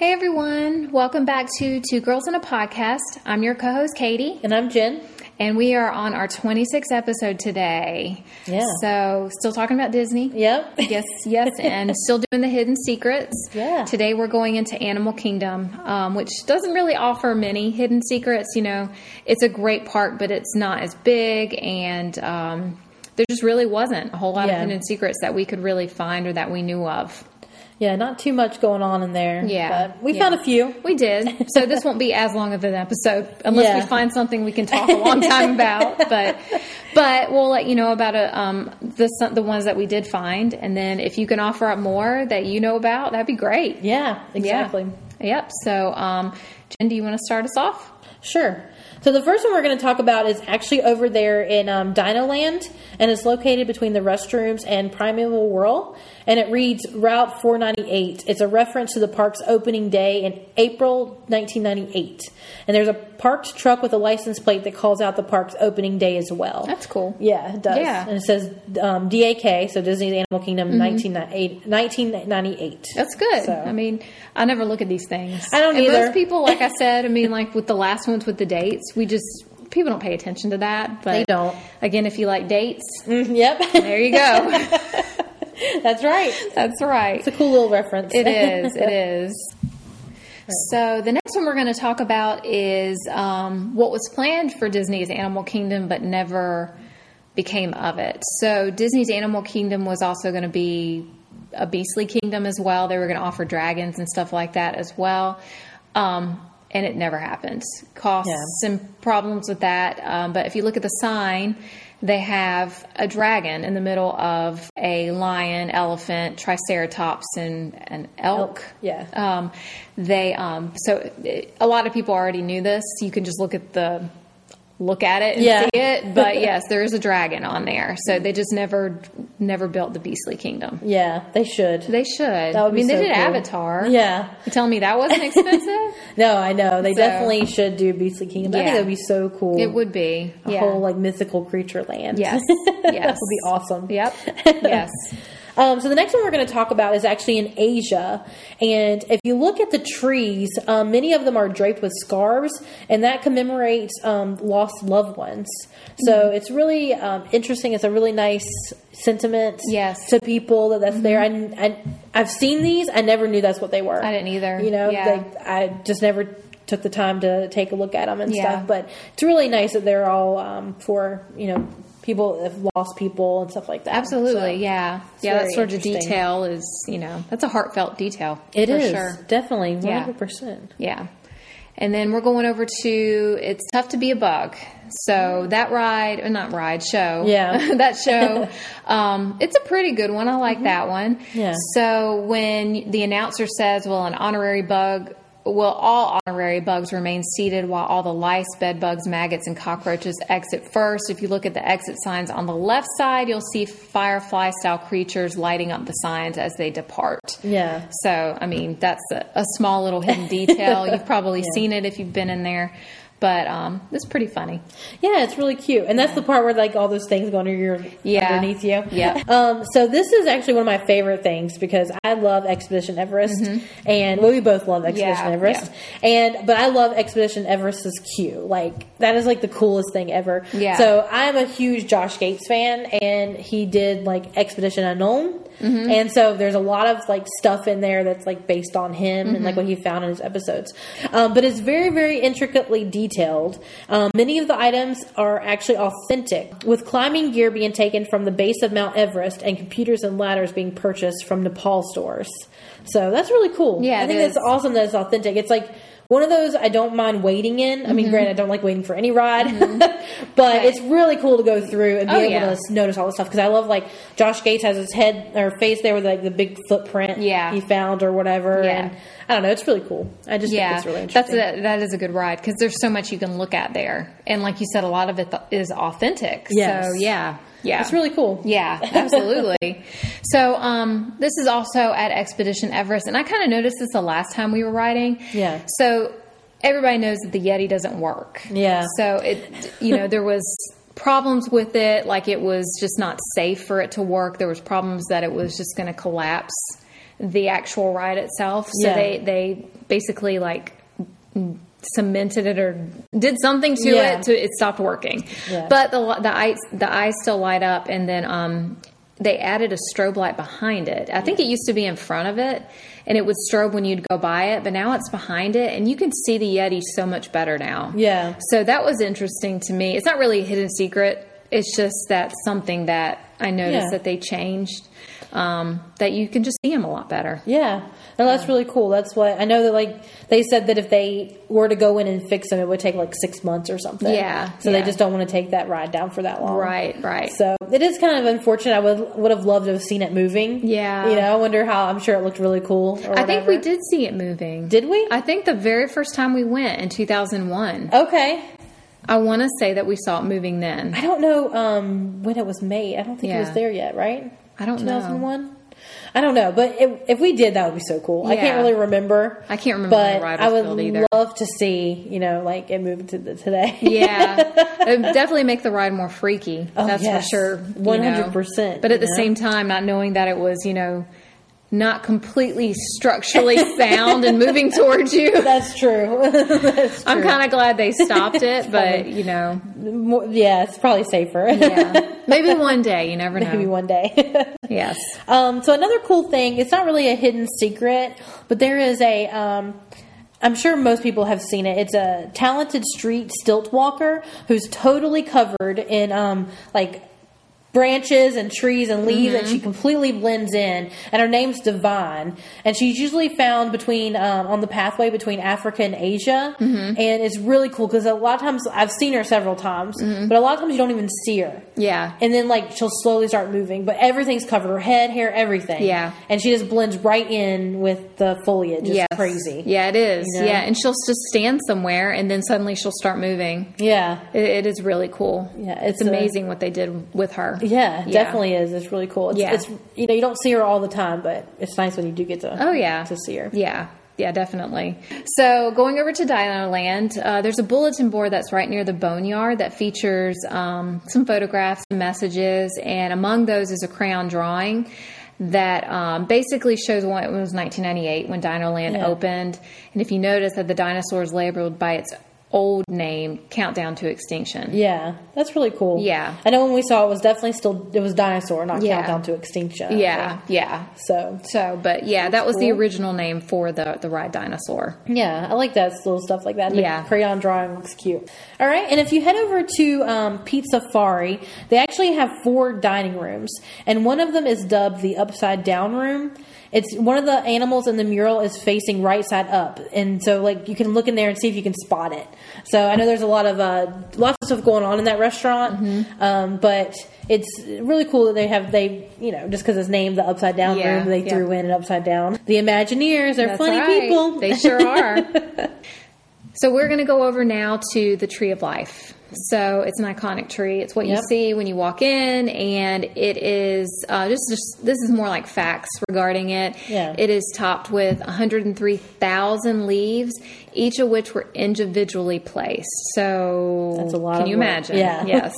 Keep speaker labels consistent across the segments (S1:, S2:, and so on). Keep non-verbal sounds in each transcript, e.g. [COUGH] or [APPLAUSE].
S1: everyone. Welcome back to Two Girls in a Podcast. I'm your co host, Katie,
S2: And I'm Jen.
S1: and we are on our 26th episode today.
S2: Yeah.
S1: So, still talking about Disney.
S2: Yep.
S1: Yes, yes, and still doing the hidden secrets.
S2: Yeah.
S1: Today we're going into Animal Kingdom, um, which doesn't really offer many hidden secrets. You know, it's a great park, but it's not as big, and um, there just really wasn't a whole lot
S2: Yeah.
S1: of hidden secrets that we could really find or that we knew of.
S2: [LAUGHS] Yeah, not too much going on in there.
S1: Yeah.
S2: But we
S1: Yeah.
S2: found a few.
S1: We did. So this won't be as long of an episode unless
S2: Yeah.
S1: we find something we can talk a long time about. But but we'll let you know about a, um, the some- the ones that we did find, and then if you can offer up more that you know about, that'd be great.
S2: Yeah,
S1: Yeah.
S2: exactly.
S1: Yep. So um, Jen, do you want to start us off?
S2: Sure. So the first one we're going to talk about is actually over there in um, Dino Land, and it's located between the restrooms and Primeval Whirl, and it reads Route 498. It's a reference to the park's opening day in April 1998, and there's a parked truck with a license plate that calls out the park's opening day as well.
S1: That's cool.
S2: Yeah, it does.
S1: Yeah. Mm-hmm.
S2: And it says um, DAK, so Disney's Animal Kingdom, 1998 1998.
S1: That's good.
S2: So-
S1: I mean, I never look at these things.
S2: I don't
S1: and
S2: either.
S1: Most people, like
S2: [LAUGHS]
S1: I said, I mean, like with the last ones with the dates, we just people don't pay attention to that. But
S2: They don't.
S1: Again, if you like dates,
S2: Mm, yep,
S1: there you go.
S2: [LAUGHS] that's right.
S1: That's right.
S2: It's a cool little reference.
S1: It is. It is. So the next one we're going to talk about is um, what was planned for Disney's Animal Kingdom, but never became of it. So Disney's Animal Kingdom was also going to be a Beastly Kingdom as well. They were going to offer dragons and stuff like that as well. Um, and it never happened. Costs
S2: Yeah.
S1: and problems with that. Um, but if you look at the sign, they have a dragon in the middle of a lion, elephant, triceratops, and an elk.
S2: yeah.
S1: Um, they um, so it, a lot of people already knew this. You can just look at the look at it and
S2: Yeah.
S1: see
S2: [LAUGHS]
S1: it. But yes, there is a dragon on there. So they just never never built the Beastly Kingdom.
S2: [LAUGHS] Yeah, they should.
S1: They should.
S2: That would
S1: I mean,
S2: be
S1: they
S2: so
S1: did
S2: cool.
S1: Avatar.
S2: Yeah.
S1: You telling me that
S2: [LAUGHS]
S1: wasn't expensive?
S2: No, I know. They
S1: So-
S2: definitely should do Beastly Kingdom. I
S1: Yeah.
S2: think that would be so cool.
S1: it would be
S2: A
S1: yeah.
S2: whole like mythical creature land.
S1: Yes.
S2: [LAUGHS] that
S1: Yes.
S2: would be awesome. [LAUGHS]
S1: Yep. Yes.
S2: Um, so the next one we're going to talk about is actually in Asia, and if you look at the trees, um, many of them are draped with scarves, and that commemorates um, lost loved ones. So
S1: Mm-hmm.
S2: it's really um, interesting. It's a really nice sentiment,
S1: Yes. Mm-hmm.
S2: to people that that's there. And I, I've seen these. I never knew that's what they were.
S1: I didn't either.
S2: You know,
S1: Yeah.
S2: like, I just never took the time to take a look at them and
S1: Yeah.
S2: stuff. But it's really nice that they're all um, for you know people that have lost people and stuff like that.
S1: Absolutely.
S2: So-
S1: yeah. Yeah. That
S2: very
S1: sort of
S2: interesting.
S1: detail is, you know, that's a heartfelt detail.
S2: It
S1: for
S2: is
S1: Sure.
S2: definitely one
S1: Yeah.
S2: hundred percent.
S1: Yeah. And then we're going over to It's Tough to Be a Bug. So that ride, or not ride, show.
S2: Yeah.
S1: [LAUGHS]
S2: Mm-hmm.
S1: that
S2: [LAUGHS]
S1: show. Um, it's a pretty good one. I like that one.
S2: Yeah.
S1: So when the announcer says, well, an honorary bug, will all honorary bugs remain seated while all the lice, bed bugs, maggots, and cockroaches exit first? If you look at the exit signs on the left side, you'll see firefly style creatures lighting up the signs as they depart.
S2: Yeah,
S1: So, I mean, that's a, a small little hidden
S2: [LAUGHS]
S1: detail. You've probably seen it if you've been in there, but um, it's pretty funny.
S2: yeah, it's really cute, and that's the part where like all those things go under your
S1: Yeah.
S2: underneath you.
S1: Yep.
S2: [LAUGHS] Um. So this is actually one of my favorite things because I love Expedition Everest, and well, we both love Expedition
S1: Mm-hmm. Yeah,
S2: Everest, and but I love Expedition Everest's queue. Like that is like the coolest thing ever.
S1: Yeah.
S2: So I'm a huge Josh Gates fan, and he did like Expedition Unknown,
S1: Mm-hmm.
S2: and so there's a lot of like stuff in there that's like based on him and
S1: Mm-hmm.
S2: like what he found in his episodes. Um, but it's very very intricately detailed. Um, many of the items are actually authentic, with climbing gear being taken from the base of Mount Everest and computers and ladders being purchased from Nepal stores. So that's really cool.
S1: Yeah,
S2: I
S1: it
S2: think that's
S1: is.
S2: awesome that it's authentic. It's like one of those I don't mind waiting in. I
S1: Mm-hmm.
S2: mean, granted, I don't like waiting for any ride, [LAUGHS] but it's really cool to go through and be
S1: Oh,
S2: able
S1: yeah.
S2: to s- notice all this stuff because I love like Josh Gates has his head or face there with like the big footprint
S1: Yeah.
S2: he found or whatever,
S1: Yeah.
S2: and I don't know. It's really cool. I just
S1: Yeah,
S2: think it's really
S1: that's
S2: interesting.
S1: a, that is a good ride because there's so much you can look at there, and like you said, a lot of it th- is authentic.
S2: Yes.
S1: So yeah, yeah,
S2: It's really cool.
S1: Yeah, absolutely. [LAUGHS] so um, this is also at Expedition Everest, and I kind of noticed this the last time we were riding.
S2: Yeah.
S1: So everybody knows that the Yeti doesn't work.
S2: Yeah.
S1: So it, you know, there was problems with it, like it was just not safe for it to work. There was problems that it was just going to collapse. the actual ride itself. So
S2: Yeah.
S1: they they basically like cemented it or did something to
S2: Yeah.
S1: it to it stopped working.
S2: Yeah.
S1: But the li- the eyes the eyes still light up, and then um they added a strobe light behind it. I think it used to be in front of it, and it would strobe when you'd go by it, but now it's behind it, and you can see the Yeti so much better now.
S2: Yeah.
S1: So that was interesting to me. It's not really a hidden secret. It's just that something that I noticed
S2: Yeah.
S1: that they changed um, that you can just see them a lot better.
S2: Yeah, no, that's really cool. That's what I know that like they said that if they were to go in and fix them, it would take like six months or something.
S1: Yeah,
S2: so
S1: yeah.
S2: they just don't want to take that ride down for that long.
S1: Right, right.
S2: So it is kind of unfortunate. I would would have loved to have seen it moving.
S1: Yeah.
S2: you know, I wonder how. I'm sure it looked really cool. Or
S1: I think we
S2: whatever.
S1: did see it moving.
S2: Did we?
S1: I think the very first time we went in 2001.
S2: Okay,
S1: I want to say that we saw it moving then.
S2: I don't know um, when it was made. I don't think it was
S1: Yeah.
S2: there yet, right?
S1: I don't know.
S2: 2001? I don't know, but if, if we did, that would be so cool. I
S1: Yeah.
S2: can't really remember.
S1: I can't remember when
S2: but
S1: the ride
S2: I
S1: was
S2: would
S1: built either.
S2: love to see, you know, like it moved to the, today.
S1: yeah, it would definitely make the ride more freaky.
S2: Oh,
S1: that's
S2: yes.
S1: for sure. you know.
S2: 100%,
S1: But at
S2: you
S1: the
S2: know?
S1: same time, not knowing that it was, you know, not completely
S2: [LAUGHS]
S1: structurally sound and moving towards you.
S2: [LAUGHS] That's true. [LAUGHS] That's
S1: I'm
S2: true.
S1: kind of glad they stopped it, but you
S2: [LAUGHS]
S1: know,
S2: More- yeah, it's probably safer.
S1: yeah, maybe one day. You never know.
S2: [LAUGHS] Maybe one day. [LAUGHS]
S1: Yes.
S2: Um, so another cool thing, it's not really a hidden secret, but there is a, um, I'm sure most people have seen it. It's a talented street stilt walker who's totally covered in um, like branches and trees and leaves, and she completely blends in. And her name's Divine, and she's usually found between um, on the pathway between Africa and Asia, and it's really cool because a lot of times I've seen her several times, but a lot of times you don't even see her.
S1: Yeah.
S2: And then like she'll slowly start moving, but everything's covered her head, hair, everything.
S1: Yeah.
S2: And she just blends right in with the foliage. It's
S1: Yes.
S2: crazy.
S1: Yeah, it is.
S2: You know?
S1: Yeah, and she'll just stand somewhere, and then suddenly she'll start moving.
S2: Yeah.
S1: It, it is really cool.
S2: Yeah,
S1: it's,
S2: it's a-
S1: amazing what they did with her.
S2: Yeah, definitely is. It's really cool. It's,
S1: Yeah.
S2: it's you know, you don't see her all the time, but it's nice when you do get to
S1: Oh yeah,
S2: to see her.
S1: Yeah, yeah, definitely. So going over to Dino Land, uh, there's a bulletin board that's right near the boneyard that features um, some photographs and messages, and among those is a crayon drawing. That um, basically shows when it was 1998 when Dino Land
S2: Yeah.
S1: opened. And if you notice that the dinosaur is labeled by its old name, Countdown to Extinction.
S2: Yeah. That's really cool.
S1: Yeah.
S2: I know when we saw it it was definitely still it was dinosaur, not
S1: Yeah.
S2: countdown to extinction. I
S1: Yeah,
S2: think.
S1: yeah.
S2: So
S1: So, but yeah, that was the
S2: cool.
S1: original name for the, the ride dinosaur.
S2: Yeah, I like that little stuff like that.
S1: Yeah.
S2: Yeah, crayon drawing looks cute. All right, and if you head over to um, Pete Safari, they actually have four dining rooms, and one of them is dubbed the Upside Down Room. It's one of the animals in the mural is facing right side up, and so like you can look in there and see if you can spot it. So I know there's a lot of uh, lots of stuff going on in that restaurant,
S1: Mm-hmm.
S2: um, but it's really cool that they have they you know just because it's named the Upside Down
S1: Yeah,
S2: Room, they
S1: yeah.
S2: threw in an Upside Down. The Imagineers, they're
S1: That's
S2: funny
S1: right.
S2: people.
S1: They sure are. [LAUGHS] so we're going to go over now to the tree of life. So it's an iconic tree. It's what you
S2: Yep.
S1: see when you walk in, and it is uh, just, just this is more like facts regarding it.
S2: Yeah.
S1: It is topped with 103,000 leaves, each of which were individually placed. So
S2: That's a lot
S1: Can
S2: of
S1: you
S2: work.
S1: imagine?
S2: Yeah.
S1: Yes.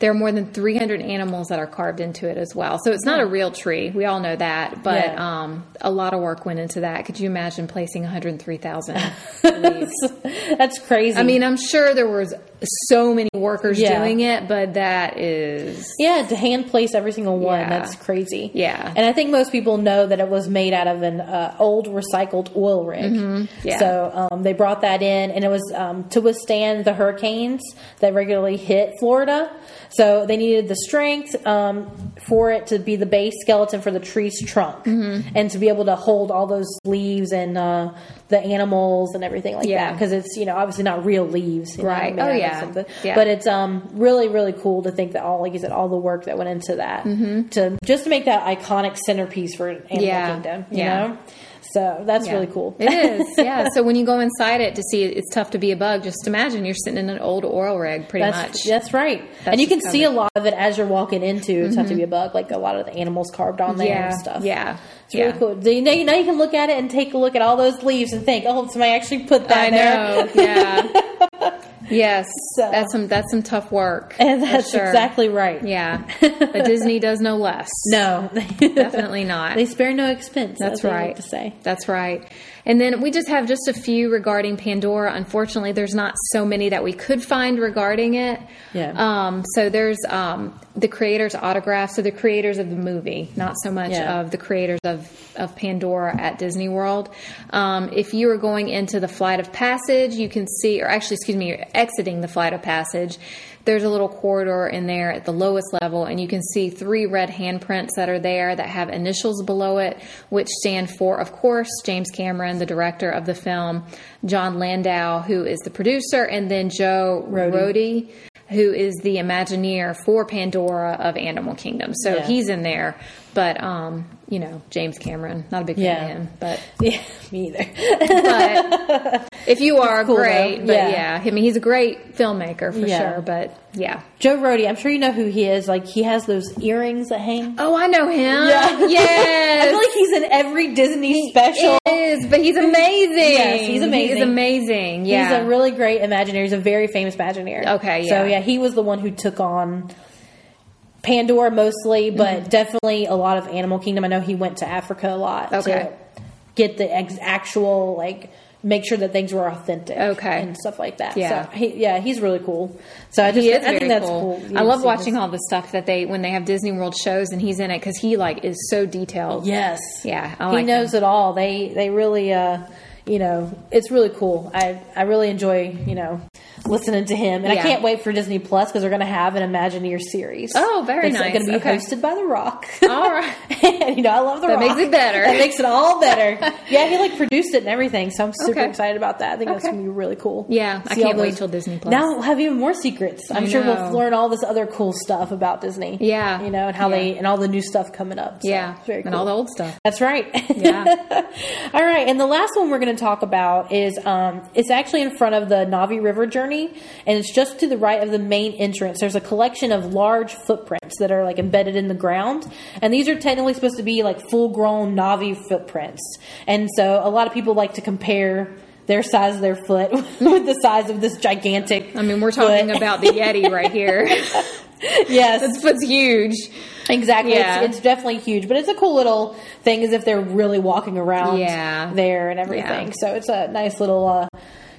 S1: There are more than 300 animals that are carved into it as well. So it's not a real tree. We all know that, but
S2: Hmm. Yeah.
S1: um, a lot of work went into that. Could you imagine placing 103,000?
S2: [LAUGHS] That's crazy.
S1: I mean, I'm sure there was so many workers
S2: Yeah.
S1: doing it, but that is
S2: yeah, to hand place every single one.
S1: Yeah.
S2: That's crazy.
S1: Yeah.
S2: And I think most people know that it was made out of an uh, old recycled oil rig.
S1: Mm-hmm. Yeah.
S2: So um, they brought that in, and it was um, to withstand the hurricanes that regularly hit Florida. So they needed the strength um, for it to be the base skeleton for the tree's trunk
S1: Mm-hmm.
S2: and to be able to hold all those leaves and uh, the animals and everything like
S1: Yeah.
S2: that. Because it's, you know, obviously not real leaves. you know,
S1: Right.
S2: made
S1: Oh,
S2: out of
S1: yeah.
S2: something.
S1: Yeah.
S2: But it's um really really cool to think that all like you said all the work that went into that to just to make that iconic centerpiece for Animal
S1: Mm-hmm. Yeah.
S2: Kingdom. You
S1: Yeah.
S2: know, so that's
S1: yeah.
S2: really cool.
S1: It
S2: [LAUGHS]
S1: is, yeah. So when you go inside it to see it, it's tough to be a bug. Just imagine you're sitting in an old oil rig, pretty
S2: That's,
S1: much.
S2: that's right. and you
S1: just
S2: can
S1: how
S2: see
S1: they-
S2: a lot of it as you're walking into. It's not to be a bug, like a lot of the animals carved on there
S1: yeah,
S2: and stuff.
S1: yeah,
S2: It's really
S1: yeah.
S2: cool. Do you- Now you, now you can look at it and take a look at all those leaves and think, oh, somebody actually put
S1: I
S2: that there.
S1: know. [LAUGHS] Yeah. Yes,
S2: So-
S1: that's some that's some tough work.
S2: [LAUGHS] And
S1: for
S2: that's
S1: sure.
S2: exactly right. [LAUGHS]
S1: yeah. But Disney does no less.
S2: No, [LAUGHS]
S1: definitely not.
S2: They spare no expense.
S1: That's
S2: what I
S1: right.
S2: like to say. [LAUGHS]
S1: That's right. And then we just have just a few regarding Pandora. Unfortunately, there's not so many that we could find regarding it.
S2: Yeah.
S1: Um, so there's um, the creators' autographs, so the creators of the movie, not so much
S2: Yeah.
S1: of the creators of, of Pandora at Disney World. Um, if you are going into the Flight of Passage, you can see, or actually, excuse me, you're exiting the Flight of Passage. There's a little corridor in there at the lowest level, and you can see three red handprints that are there that have initials below it, which stand for, of course, James Cameron, the director of the film, John Landau, who is the producer, and then Joe Rody, who is the Imagineer for Pandora of Animal Kingdom. So
S2: Yeah.
S1: he's in there, but um, you know James Cameron, not a big fan
S2: Yeah.
S1: of him, but
S2: Yeah, me either.
S1: but if
S2: [LAUGHS]
S1: you are
S2: cool, though.
S1: great, but
S2: Yeah.
S1: yeah. I mean he's a great filmmaker for
S2: Yeah.
S1: sure, but yeah.
S2: Joe Rody, I'm sure you know who he is. Like he has those earrings that hang.
S1: Oh, I know him.
S2: Yeah. [LAUGHS]
S1: Yes.
S2: I feel like he's in every Disney special.
S1: is, but he's amazing.
S2: Yes, he's
S1: He
S2: amazing.
S1: is amazing. Yeah.
S2: He's a really great Imagineer. He's a very famous Imagineer.
S1: Okay, yeah.
S2: So yeah, he was the one who took on Pandora mostly, but
S1: Mm-hmm.
S2: definitely a lot of Animal Kingdom. I know he went to Africa a lot
S1: Okay.
S2: to get the ex- actual like make sure that things were authentic.
S1: Okay.
S2: And stuff like that.
S1: Yeah.
S2: So he, yeah, he's really cool. So I just
S1: He is
S2: I
S1: very
S2: think that's
S1: cool.
S2: cool.
S1: I love watching all the stuff that they when they have Disney World shows and he's in it because he like is so detailed.
S2: Yes.
S1: Yeah, I
S2: he
S1: like
S2: knows it all. They they really uh you know, it's really cool. I I really enjoy, you know, listening to him. And I
S1: Yeah.
S2: can't wait for Disney Plus because they're going to have an Imagineer series.
S1: Oh, very
S2: It's
S1: nice.
S2: going to be
S1: Okay.
S2: hosted by The Rock.
S1: [LAUGHS] All right.
S2: And, [LAUGHS] you know, I love The
S1: That
S2: Rock.
S1: makes it better.
S2: That makes it all better.
S1: [LAUGHS]
S2: yeah, he like produced it and everything, so I'm super
S1: Okay.
S2: excited about that. I think that's
S1: Okay.
S2: going to be really cool. [LAUGHS]
S1: Yeah, I
S2: See all
S1: can't wait
S2: those-
S1: till Disney Plus.
S2: Now we'll have even more secrets. I'm
S1: I
S2: sure
S1: know.
S2: we'll learn all this other cool stuff about Disney.
S1: Yeah.
S2: you know, and how
S1: Yeah.
S2: they and all the new stuff coming up. So
S1: yeah.
S2: it's very
S1: And
S2: cool.
S1: all the old stuff.
S2: That's right.
S1: Yeah.
S2: [LAUGHS] All right, and the last one we're going to talk about is um, it's actually in front of the Navi River journey, and it's just to the right of the main entrance. There's a collection of large footprints that are like embedded in the ground, and these are technically supposed to be like full-grown Navi footprints. And so a lot of people like to compare their size of their foot [LAUGHS] with the size of this gigantic.
S1: I mean, we're talking
S2: foot.
S1: about the Yeti
S2: [LAUGHS]
S1: right here.
S2: yes,
S1: this foot's huge.
S2: Exactly.
S1: Yeah.
S2: It's, it's definitely huge, but it's a cool little thing as if they're really walking around
S1: Yeah.
S2: there and everything.
S1: Yeah.
S2: So it's a nice little, uh,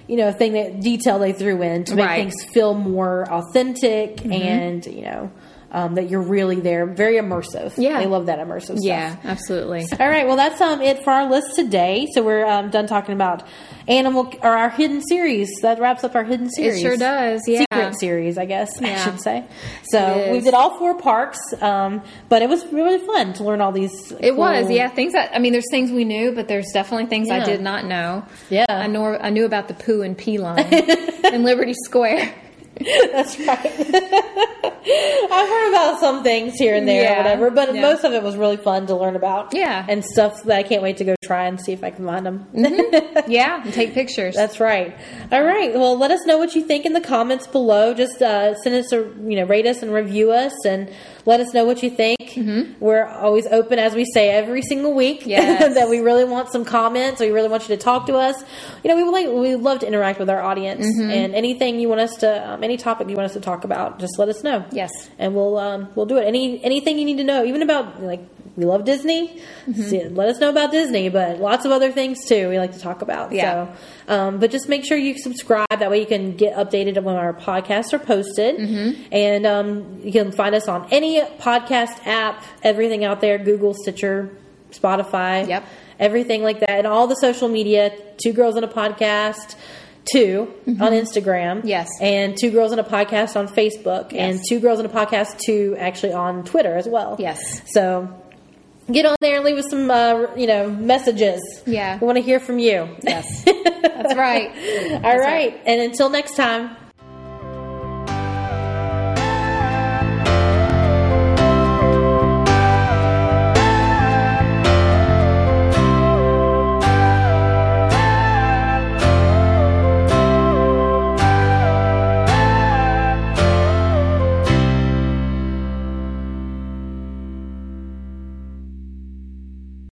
S2: you know, thing that detail they threw in to make
S1: Right. Mm-hmm.
S2: things feel more authentic and, you know, um, that you're really there. Very immersive.
S1: Yeah.
S2: They love that immersive stuff.
S1: Yeah, absolutely.
S2: All right, well that's um it for our list today. So we're um, done talking about animal or our hidden series. That wraps up our hidden series.
S1: It sure does. Yeah.
S2: Secret series, I guess I
S1: Yeah.
S2: should say.
S1: It
S2: So
S1: is.
S2: we did all four parks, um, but it was really fun to learn all these.
S1: It was,
S2: cool-
S1: yeah. Things that I mean, there's things we knew, but there's definitely things I
S2: Yeah.
S1: did not know.
S2: Yeah. [LAUGHS]
S1: I know I knew about the poo and pee line in Liberty
S2: [LAUGHS]
S1: Square.
S2: That's right. [LAUGHS] I've heard about some things here and there, or
S1: Yeah,
S2: whatever, but
S1: yeah.
S2: most of it was really fun to learn about.
S1: Yeah.
S2: and stuff that I can't wait to go try and see if I can find them.
S1: Mm-hmm.
S2: [LAUGHS]
S1: Yeah, and take pictures.
S2: That's right. All right. Well, let us know what you think in the comments below. Just uh, send us a you know rate us and review us, and let us know what you think.
S1: Mm-hmm.
S2: We're always open, as we say every single week, [LAUGHS]
S1: Yes.
S2: that we really want some comments. We really want you to talk to us. You know, we would like we would love to interact with our audience,
S1: Mm-hmm.
S2: and anything you want us to, um, any topic you want us to talk about, just let us know.
S1: Yes.
S2: and we'll um, we'll do it. Any anything you need to know, even about like. We love Disney.
S1: Mm-hmm.
S2: See- Let us know about Disney, but lots of other things too we like to talk about.
S1: Yeah.
S2: So um, but just make sure you subscribe. That way you can get updated when our podcasts are posted.
S1: Mm-hmm.
S2: And um, you can find us on any podcast app, everything out there Google, Stitcher, Spotify.
S1: Yep.
S2: Everything like that. And all the social media Two Girls in a Podcast. 2
S1: Mm-hmm.
S2: on Instagram,
S1: Yes.
S2: and two girls in a podcast on Facebook, and
S1: Yes.
S2: two girls in a podcast two actually on Twitter as well.
S1: Yes.
S2: so get on there and leave us some uh, you know messages.
S1: Yeah.
S2: we want to hear from you.
S1: Yes. That's right.
S2: All
S1: [LAUGHS] That's
S2: right. And until next time.